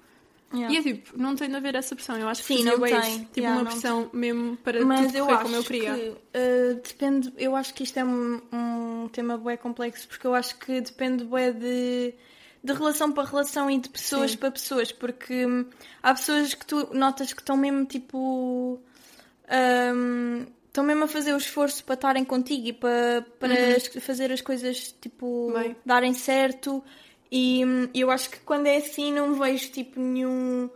Yeah. E é tipo, não tem de haver essa pressão. Eu acho que Sim, fazia não bué tem. isso. Tipo, Yeah, uma não pressão mesmo para Mas tudo eu correr acho como eu queria. que eh, depende, eu acho que isto é um, um tema bué complexo porque eu acho que depende bué de, de relação para relação e de pessoas Sim. para pessoas, porque hum, há pessoas que tu notas que estão mesmo tipo hum, estão mesmo a fazer o esforço para estarem contigo e para, para as- fazer as coisas tipo Bem. darem certo e hum, eu acho que quando é assim não vejo tipo nenhum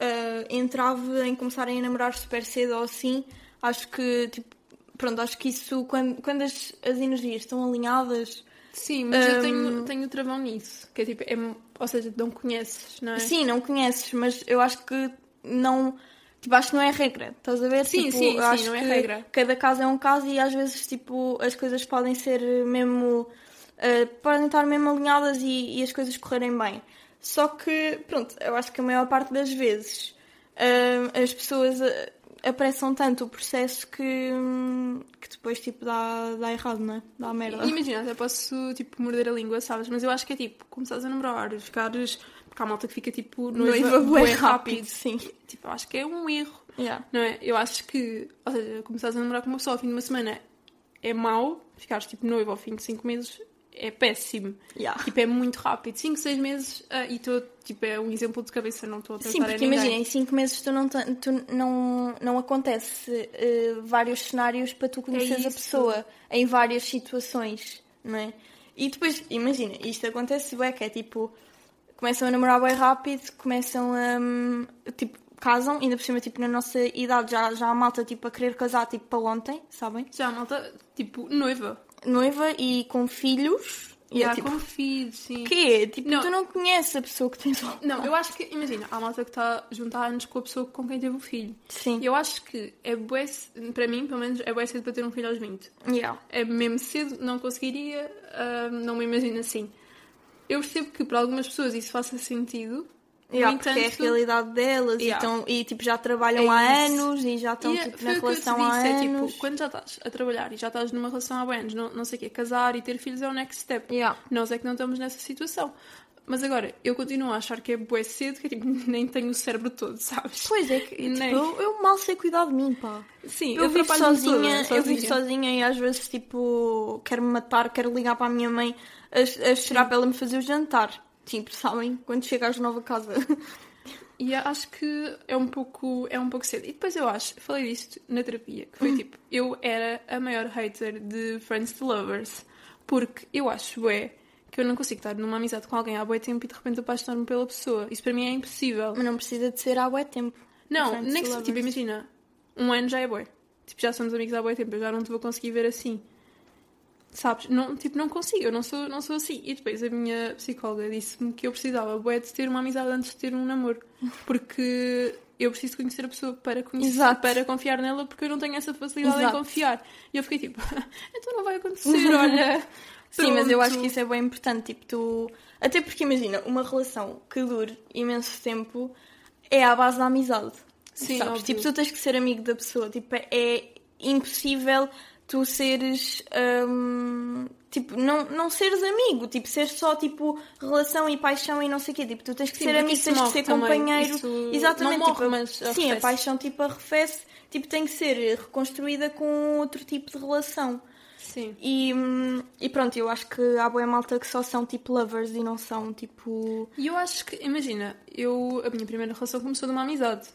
ah, entrave em começarem a namorar super cedo ou assim. Acho que tipo, pronto, acho que isso quando, quando as, as energias estão alinhadas. Sim, mas eu Hum. tenho, tenho travão nisso. Que é tipo, é, ou seja, não conheces, não é? Sim, não conheces, mas eu acho que não. Tipo, acho que não é regra, estás a ver? Sim, tipo, sim, eu sim, acho não é que regra. Cada caso é um caso e às vezes, tipo, as coisas podem ser mesmo. ah, podem estar mesmo alinhadas e, e as coisas correrem bem. Só que, pronto, eu acho que a maior parte das vezes ah, as pessoas ah, apressam tanto o processo que, hum, que depois, tipo, dá, dá errado, não é? Dá merda. E Imagina, até posso, tipo, morder a língua, sabes? Mas eu acho que é tipo, começares a namorar, ficares. Porque há malta que fica tipo noiva, Noiva bué bué rápido. é sim. Tipo, eu acho que é um erro, Yeah. não é? Eu acho que, ou seja, começares a namorar com uma pessoa ao fim de uma semana é mau, ficares tipo noiva ao fim de cinco meses é péssimo. Yeah. Tipo, é muito rápido. 5, 6 meses ah, e estou, tipo, é um exemplo de cabeça, não estou a pensar Sim, porque em ninguém. imagina, em 5 meses tu não, ten- tu não, não acontece eh, vários cenários para tu conheceres a É isso. pessoa em várias situações, não é? E depois, imagina, isto acontece bué, que é tipo, começam a namorar bem rápido, começam a, hum, tipo, casam, ainda por cima, tipo, na nossa idade já, já há malta, tipo, a querer casar, tipo, para ontem, sabem? Já, malta, tipo, noiva. Noiva e com filhos, e E é Já tipo, com filhos, sim. quê? Tipo, Não. tu não conheces a pessoa que tens lá. Não, eu acho que, imagina, há malta que está junto há anos com a pessoa com quem teve o filho. Sim. Eu acho que é bué, para mim, pelo menos, é bué cedo para ter um filho aos 20. Yeah. É mesmo cedo, não conseguiria, ah, não me imagino assim. Eu percebo que para algumas pessoas isso faça sentido. Yeah, No porque é a entanto- realidade delas Yeah. e, tão- e, tipo, já trabalham há É isso. anos e já estão e é- tipo, foi na o que eu te relação há disse, é anos. tipo, quando já estás a trabalhar e já estás numa relação há bué anos, não, não sei o quê, casar e ter filhos é o next step. Yeah. Nós é que não estamos nessa situação. Mas agora, eu continuo a achar que é bué cedo, que é tipo, nem tenho o cérebro todo, sabes? Pois é, que, tipo, Nem. eu, eu mal sei cuidar de mim, pá. Sim, Eu, vivo atrapalho-me sozinha, toda, eu vivo sozinha e às vezes, tipo, quero-me matar, quero ligar para a minha mãe a, a chorar para ela me fazer o jantar. Tipo, sabem? Quando chega às nove a casa. E acho que é um pouco, é um pouco cedo. E depois eu acho, falei disto na terapia, que foi tipo, eu era a maior hater de Friends to Lovers, porque eu acho bué que eu não consigo estar numa amizade com alguém há bué tempo e de repente apaixonar-me pela pessoa. Isso para mim é impossível. Mas não precisa de ser há bué tempo. Não, Friends nem to que se, tipo, lovers. imagina, um ano já é bué. Tipo, já somos amigos há bué tempo, eu já não te vou conseguir ver assim. Sabes? Não, tipo, não consigo, eu não sou, não sou assim. E depois a minha psicóloga disse-me que eu precisava bué de ter uma amizade antes de ter um namoro. Porque eu preciso conhecer a pessoa para conhecer, Exato. para confiar nela, porque eu não tenho essa facilidade Exato. em confiar. E eu fiquei tipo, então não vai acontecer, olha. Sim, mas eu Pronto. acho que isso é bem importante. Tipo, tu. Até porque imagina, uma relação que dure imenso tempo é à base da amizade. Sim, sabes? óbvio. Tipo, tu tens que ser amigo da pessoa. Tipo, é impossível tu seres. hum, tipo, não, não seres amigo. Tipo, seres só tipo relação e paixão e não sei o quê. Tipo, tu tens que Sim, ser porque amigo, isso tens que morre ser também. companheiro. Isso não Exatamente. morre, tipo, mas sim, a arrefece. paixão tipo arrefece. Tipo, tem que ser reconstruída com outro tipo de relação. Sim. E, hum, e pronto, eu acho que há boa malta que só são tipo lovers e não são tipo. E eu acho que, imagina, eu, a minha primeira relação começou de uma amizade.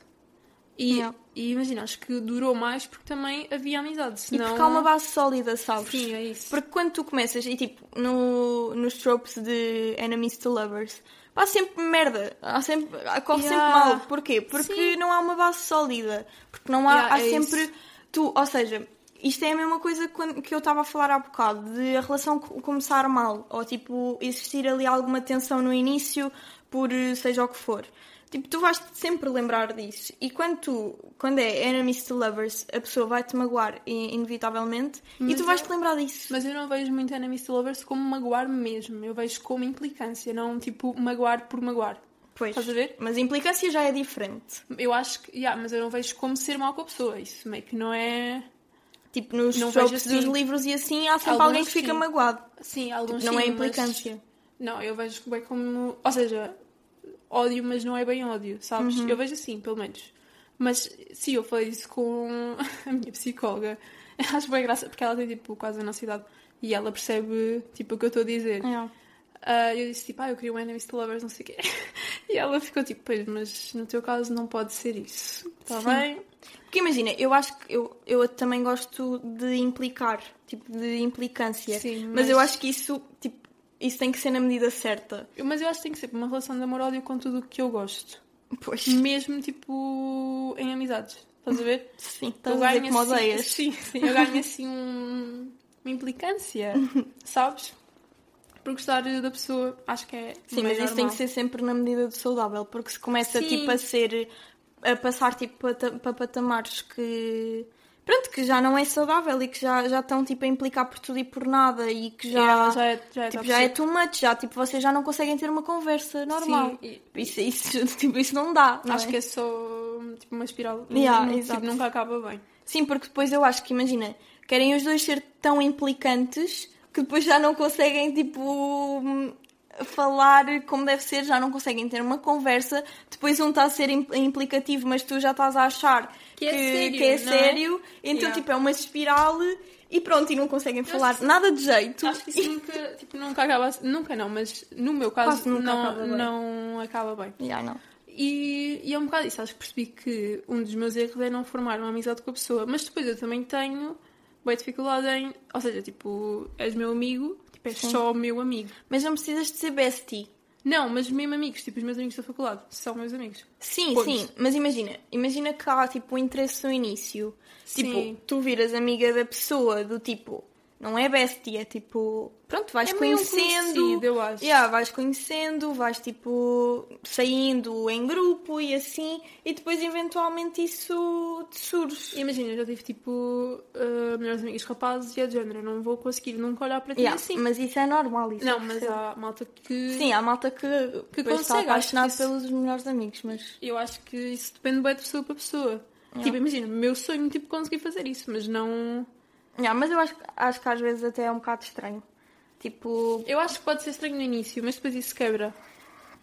E, Yeah. e imagina, acho que durou mais porque também havia amizade. E Senão... porque há uma base sólida, sabes? Sim, é isso. Porque quando tu começas, e tipo, no, nos tropes de enemies to lovers, há sempre merda, há sempre, corre sempre Yeah. mal. Porquê? Porque Sim. não há uma base sólida. Porque não há, Yeah, há é sempre. isso. Tu, ou seja, isto é a mesma coisa que quando- que eu estava a falar há bocado, de a relação co- começar mal, ou tipo, existir ali alguma tensão no início, por eh, seja o que for. Tipo, tu vais sempre lembrar disso. E quando tu, quando é enemies to lovers, a pessoa vai-te magoar, i- inevitavelmente, e Mas é tu eu- vais-te lembrar disso. Mas eu não vejo muito enemies to lovers como magoar mesmo. Eu vejo como implicância, não tipo magoar por magoar. Pois. Estás a ver? Mas implicância já é diferente. Eu acho que, yeah, mas eu não vejo como ser mal com a pessoa. Isso meio que não é. Tipo, nos Não tropes vejo assim. dos livros e assim, há sempre Alguns alguém que fica sim. magoado. Sim, alguns não sim, é mas- implicância. Não, eu vejo bem como. Ou seja, ódio, mas não é bem ódio, sabes? Uhum. Eu vejo assim, pelo menos. Mas sim, eu falei isso com a minha psicóloga. Acho bem graça, porque ela tem tipo quase a nossa idade e ela percebe tipo o que eu estou a dizer. É, Ah, eu disse tipo, ah, eu queria um Enemies to Lovers, não sei o quê. E ela ficou tipo, pois, mas no teu caso não pode ser isso, está Sim. tá bem? Porque imagina, eu acho que eu, eu também gosto de implicar, tipo, de implicância. Sim, mas... mas- eu acho que isso, tipo, isso tem que ser na medida certa. Mas eu acho que tem que ser uma relação de amor-ódio com tudo o que eu gosto. Pois. Hum. Mesmo tipo em amizades, estás a ver? Sim, Eu estás a dizer é ganho como assim- odeias. Sim, sim, eu ganho assim um- uma implicância, sabes? Por gostar da pessoa, acho que é. Sim, mas isso tem que ser sempre na medida do saudável, porque se começa Sim. tipo a ser a passar tipo para ta- para patamares que pronto, que já não é saudável e que já, já estão tipo a implicar por tudo e por nada e que já, já é, já é tipo, tóxico. já é too much, já tipo vocês já não conseguem ter uma conversa normal. Sim, e- Isso, isso, tipo, isso não dá. não acho é? que é só tipo, uma espiral. Yeah, Não- tipo, exato. nunca acaba bem. Sim, porque depois eu acho que, imagina, querem os dois ser tão implicantes que depois já não conseguem, tipo, falar como deve ser, já não conseguem ter uma conversa. Depois um está a ser im- implicativo, mas tu já estás a achar Que é sério, que é não é? sério. Então, Yeah. tipo, é uma espiral e pronto, e não conseguem falar acho- nada de jeito. Acho que isso nunca, tipo, nunca acaba. Nunca não, mas no meu Quase caso nunca não, acaba bem. não acaba bem. Yeah, não. E, e é um bocado isso. Acho que percebi que um dos meus erros é não formar uma amizade com a pessoa. Mas depois eu também tenho boa dificuldade em. Ou seja, tipo, és meu amigo, tipo, és Sim. só meu amigo. Mas não precisas de ser bestie. Não, mas mesmo amigos, tipo, os meus amigos da faculdade são meus amigos. Sim, Ponto. sim, mas imagina, imagina que há tipo um interesse no início. Sim. Tipo, tu viras amiga da pessoa, do tipo, Não é bestie, é tipo. Pronto, vais É meio um conhecendo. conhecido, eu acho. Yeah, vais conhecendo, vais tipo saindo em grupo e assim, e depois eventualmente isso te surge. Imagina, eu já tive tipo ah, melhores amigos rapazes e é de género. Eu não vou conseguir nunca olhar para ti Yeah, assim. Mas isso é normal, isso Não, eu mas percebo. há malta que. Sim, há malta que, Que depois está consegue, acho que apaixonada isso- pelos melhores amigos, mas. Eu acho que isso depende bem de pessoa para pessoa. Tipo, imagina, meu sonho tipo conseguir fazer isso, mas não. Yeah, mas eu acho, acho que às vezes até é um bocado estranho. Tipo, Eu acho que pode ser estranho no início, mas depois isso quebra.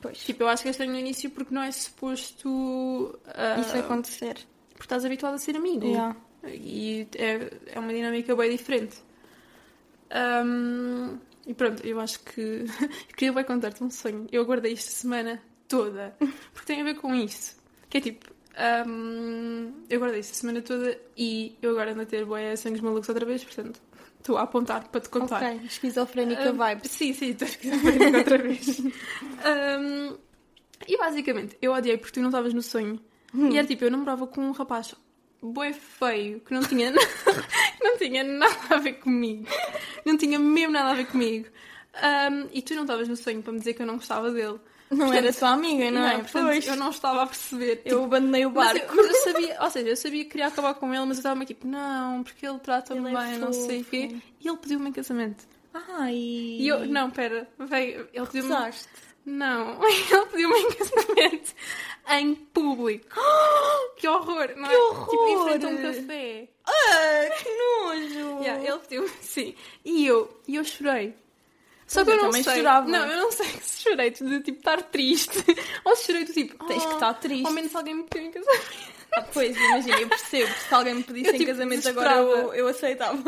pois, Tipo, eu acho que é estranho no início porque não é suposto. ah, isso acontecer. Porque estás habituado a ser amigo. Yeah. E é, é uma dinâmica bem diferente. Ahm, e pronto, eu acho que. Eu queria bem contar-te um sonho. Eu aguardei esta semana toda. Porque tem a ver com isso. Que é tipo. ahm, eu guardei esta semana toda e eu agora ando a ter boia sangues malucos outra vez, portanto, estou a apontar para te contar. Ok, esquizofrénica Ah, vibes. Sim, sim, estou esquizofrénica outra vez. Ahm, e basicamente, eu odiei porque tu não estavas no sonho. E era tipo, eu namorava com um rapaz bué feio, que não tinha, na- que não tinha nada a ver comigo. Não tinha mesmo nada a ver comigo. Ahm, e tu não estavas no sonho para me dizer que eu não gostava dele. Não era tua amiga, não, é? portanto, pois, Tipo, eu não estava a perceber. eu abandonei o Mas barco. eu, mas eu sabia, ou seja, eu sabia que queria acabar com ele, mas eu estava tipo, não, porque ele trata-me Ele é bem, não sei o fofo. quê. E ele pediu-me em casamento. Ai. Hum. E eu, não, pera, veio, ele pediu-me. Usaste. Não, ele pediu-me em casamento em público. Ah, Que horror, não é? Que Tipo, em horror! frente a um café. Ah, que nojo! Yeah, ele pediu-me, sim. E eu, e eu chorei. Só Pois, que eu eu não também sei. chorava. Não, eu não sei se chorei de tipo estar triste. Ou se chorei do tipo. Tens que "Ah, estar triste." Ao menos alguém me pediu um em casamento. Ah, pois, imagina, eu percebo. Se alguém me pedisse Eu, em tipo, casamento agora, desesperava. eu, eu aceitava.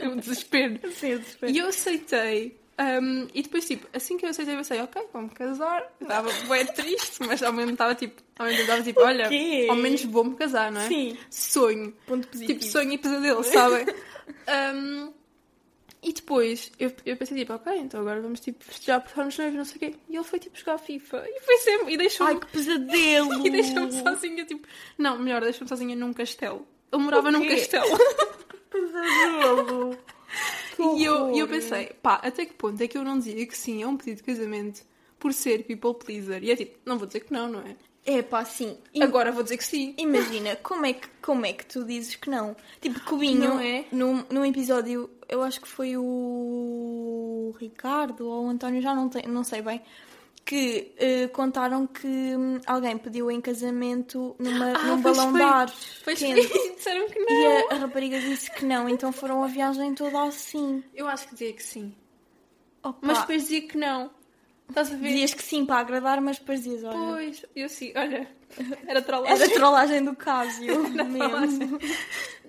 É um desespero. Sim, eu desespero. E eu aceitei. um, e depois, tipo, assim que eu aceitei, eu pensei, ok, vou-me casar. Estava bem triste, mas ao mesmo estava tipo, ao mesmo estava tipo, olha, quê? ao menos vou-me casar, não é? Sim. Sonho. Ponto positivo. Tipo, sonho e pesadelo, sabem? Um, e depois eu, eu pensei, tipo, ok, então agora vamos tipo festejar por estarmos noivos, não sei o quê. E ele foi tipo jogar FIFA e foi sempre, e Ai, deixou-me que pesadelo! e deixou-me sozinha, tipo, não, melhor, deixou-me sozinha num castelo. Ele morava num quê? castelo. Pesadelo! Que E eu, e eu horror. pensei, pá, até que ponto é que eu não dizia que sim a um pedido de casamento por ser people pleaser? E é tipo, não vou dizer que não, não é? É pá, sim. Agora vou dizer que sim. Imagina, como é, que, como é que tu dizes que não? Tipo, Cubinho, Não é? num, num episódio, eu acho que foi o Ricardo ou o António, já não, te- não sei bem, que eh, contaram que hum, alguém pediu em casamento numa, Ah, num pois balão foi. de ar Pois quente. e disseram que não. E a, a rapariga disse que não, então foram a viagem toda assim. Eu acho que dizia que sim. Opa, Mas depois dizia que não. Estás a ver? dizias que sim para agradar, mas depois dizias, olha, Pois, eu sim, olha, era trollagem. era trollagem do Cásio É mesmo.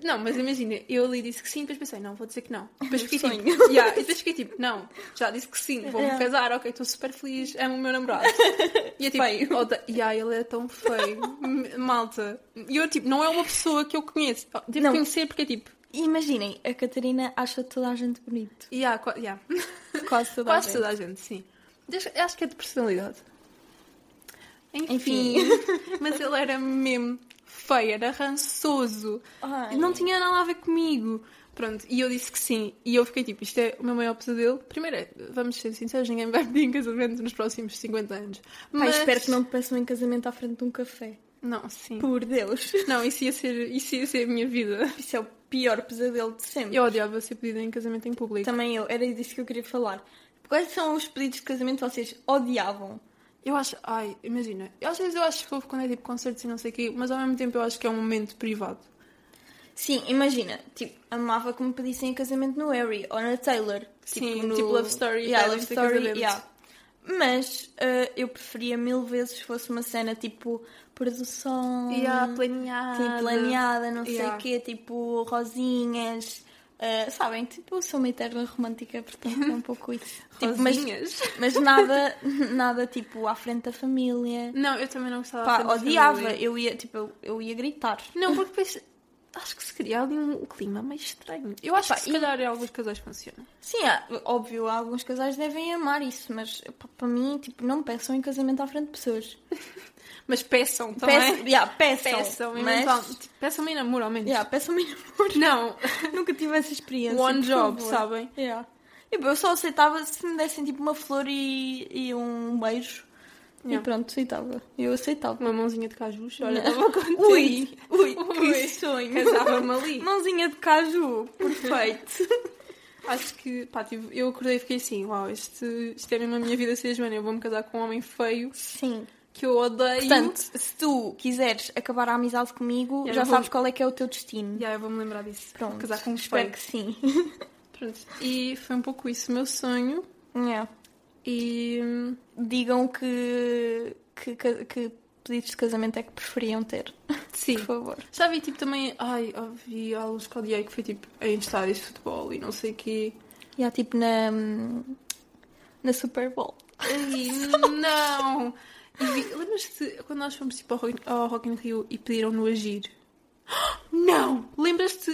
Não, mas imagina, eu ali disse que sim, depois pensei, não, vou dizer que não. Depois fiquei sonho. tipo, yeah, e depois fiquei tipo, não, já disse que sim, vou-me Yeah. casar, ok, estou super feliz, amo o meu namorado. E eu tipo, Feio. "Ode- yeah, ele é tão feio, M- malta. E eu tipo, não é uma pessoa que eu conheço, devo Não. conhecer porque é tipo, E Imaginem, a Catarina acha toda a gente bonito. yeah, qua- yeah. Quase toda quase a toda gente. a gente, sim. Deixa- Acho que é de personalidade. Enfim, Enfim. mas ele era mesmo feio, era rançoso. Ai. Não tinha nada a ver comigo. Pronto, e eu disse que sim. E eu fiquei tipo, isto é o meu maior pesadelo. Primeiro, é, vamos ser sinceros, ninguém vai pedir em casamento nos próximos 50 anos. Pai, espero que não te peçam em casamento à frente de um café. Não, sim. Por Deus. Não, isso ia, ser, isso ia ser a minha vida. Isso é o pior pesadelo de sempre. Eu odiava ser pedida em casamento em público. Também eu, era disso que eu queria falar. Quais são os pedidos de casamento que vocês odiavam? Eu acho, ai, imagina. Às vezes eu acho fofo quando é tipo concertos e não sei o quê, mas ao mesmo tempo eu acho que é um momento privado. Sim, imagina, tipo, amava que me pedissem em casamento no Harry ou na Taylor. Sim, tipo Love Story, yeah, Taylor Love de Story, casamento. yeah. Mas ah, eu preferia mil vezes se fosse uma cena tipo produção. E há Hum, planeado. Sim, planeada, Ah, não sei Tipo, Yeah. o quê, tipo rosinhas. ah, sabem, tipo, sou uma eterna romântica, portanto é um pouco isso. Tipo, mas, Rosinhas. mas nada, nada tipo à frente da família. Não, eu também não gostava Pá, tanto de odiava, família. eu ia, tipo, eu, eu ia gritar. Não, porque depois acho que se cria ali um clima meio estranho. Eu acho Pá, que se e- calhar em alguns casais funciona. Sim, há- óbvio, há alguns casais devem amar isso, mas pá, para mim, tipo, não peçam em casamento à frente de pessoas. Mas peçam também. Peçam, yeah, peçam, peçam, mas, eventualmente. Tipo, peçam em namoro, ao menos. yeah, peçam em namoro. Não, Nunca tive essa experiência. one por job, favor. sabem? Yeah. E, pá, Eu só aceitava se me dessem tipo uma flor e, e um beijo. E Yeah. pronto, aceitava. Eu aceitava. Uma mãozinha de cajus, olha, Não. estava contente. Ui, ui, Ui. que sonho. Casava-me ali. Mãozinha de caju, perfeito. Acho que, pá, tive- eu acordei e fiquei assim, uau, este, isto é mesmo a minha vida ser Joana, eu vou-me casar com um homem feio Sim. que eu odeio. Portanto, se tu quiseres acabar a amizade comigo, Eu já não vou- sabes qual é que é o teu destino. Yeah, eu vou-me lembrar disso. Pronto. Casar com um Espero feio. que sim. Pronto. E foi um pouco isso o meu sonho. Yeah. E hum, Digam que, que, que- que pedidos de casamento é que preferiam ter, sim. por favor. Já vi tipo também, ai, ouvi alguns que odiei que foi tipo em estádios de futebol e não sei o quê. E há tipo na, na Super Bowl. Ai, não! E vi- Lembras-te quando nós fomos tipo, ao, Rock, ao Rock in Rio e pediram-no agir? Não! Lembras-te o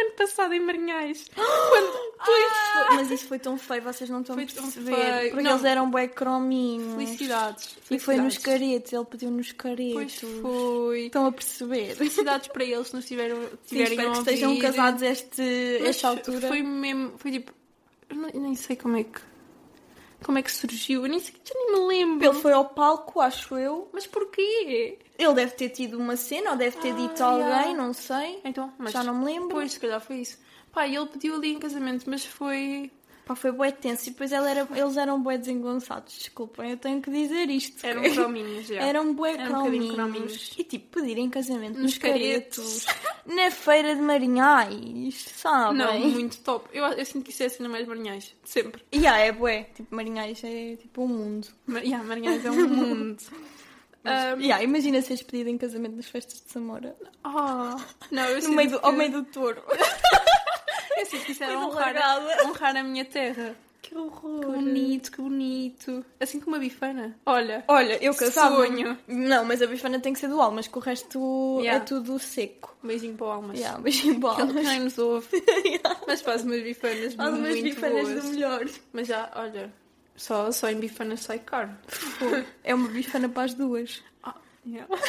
ano passado em Marinhais? Quando tu Isso foi- mas isso foi tão feio, vocês não estão a Ah! Foi tão perceber. feio. Porque Não. eles eram bué crominhos. Felicidades. E foi nos felicidades. caretos, ele pediu nos caretos. Pois foi. Estão a perceber. Felicidades para eles se nos tiveram, Sim, tiverem espero a que estejam ouvir. casados este, Mas esta altura. Foi mesmo, foi tipo, eu não- eu nem sei como é que, como é que surgiu, eu nem sei, já nem me lembro. Ele foi ao palco, acho eu. Mas porquê? Ele deve ter tido uma cena, ou deve ter Ah, dito a yeah. alguém, não sei. Então, mas Já não me lembro. Pois, se calhar foi isso. Pá, e ele pediu ali em casamento, mas foi... Pá, foi bué tenso. E depois ela era- eles eram bué desengonçados. Desculpem, eu tenho que dizer isto. Eram ok? crominhos, já. Eram bué Era um crominhos. bocadinho crominhos. E tipo, pedir em casamento nos, Nos caretos. caretos. na feira de Marinhais, sabem? Não, muito top. Eu, eu sinto que isso é assim no mais Marinhais, de sempre. E yeah, é bué. Tipo, Marinhais é tipo o mundo. Mar... Yeah, Marinhais é um mundo. Mas, Um, yeah, imagina seres pedido em casamento nas festas de Samora. Ah, não, eu No sinto meio do, que... Ao meio do touro. Eu sinto que isso era Meio do honrar, lagal. a... honrar a minha terra. Que horror. Que bonito, que bonito. Assim como a bifana. Olha, Olha, eu cansava. Sonho. Não, mas a bifana tem que ser do almas, que o resto Yeah. é tudo seco. um beijinho para o Almas. Yeah, beijinho bola. Ele que nem nos ouve. Mas faz umas bifanas Há umas muito bifanas boas. do melhor. Mas já, olha, só, só em bifanas sai carne. É uma bifana para as duas. Ah, yeah.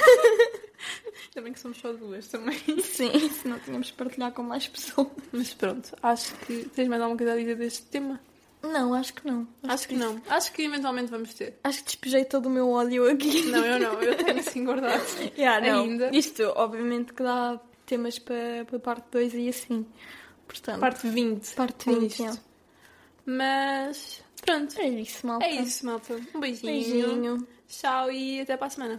também que somos só duas também. Sim, se não tínhamos de partilhar com mais pessoas. Mas pronto, acho que tens mais alguma coisa a dizer deste tema? Não, acho que não. Acho, que, não. Acho que eventualmente vamos ter. Acho que despejei todo o meu óleo aqui. Não, eu não, eu tenho assim engordado. Yeah, não. Ainda. Isto, obviamente, que dá temas para, para parte 2 e assim. Portanto, Parte 20. parte com 20. isto. yeah. Mas pronto. É isso, malta. É isso, malta. Um beijinho. Beijinho. Tchau e até para a semana.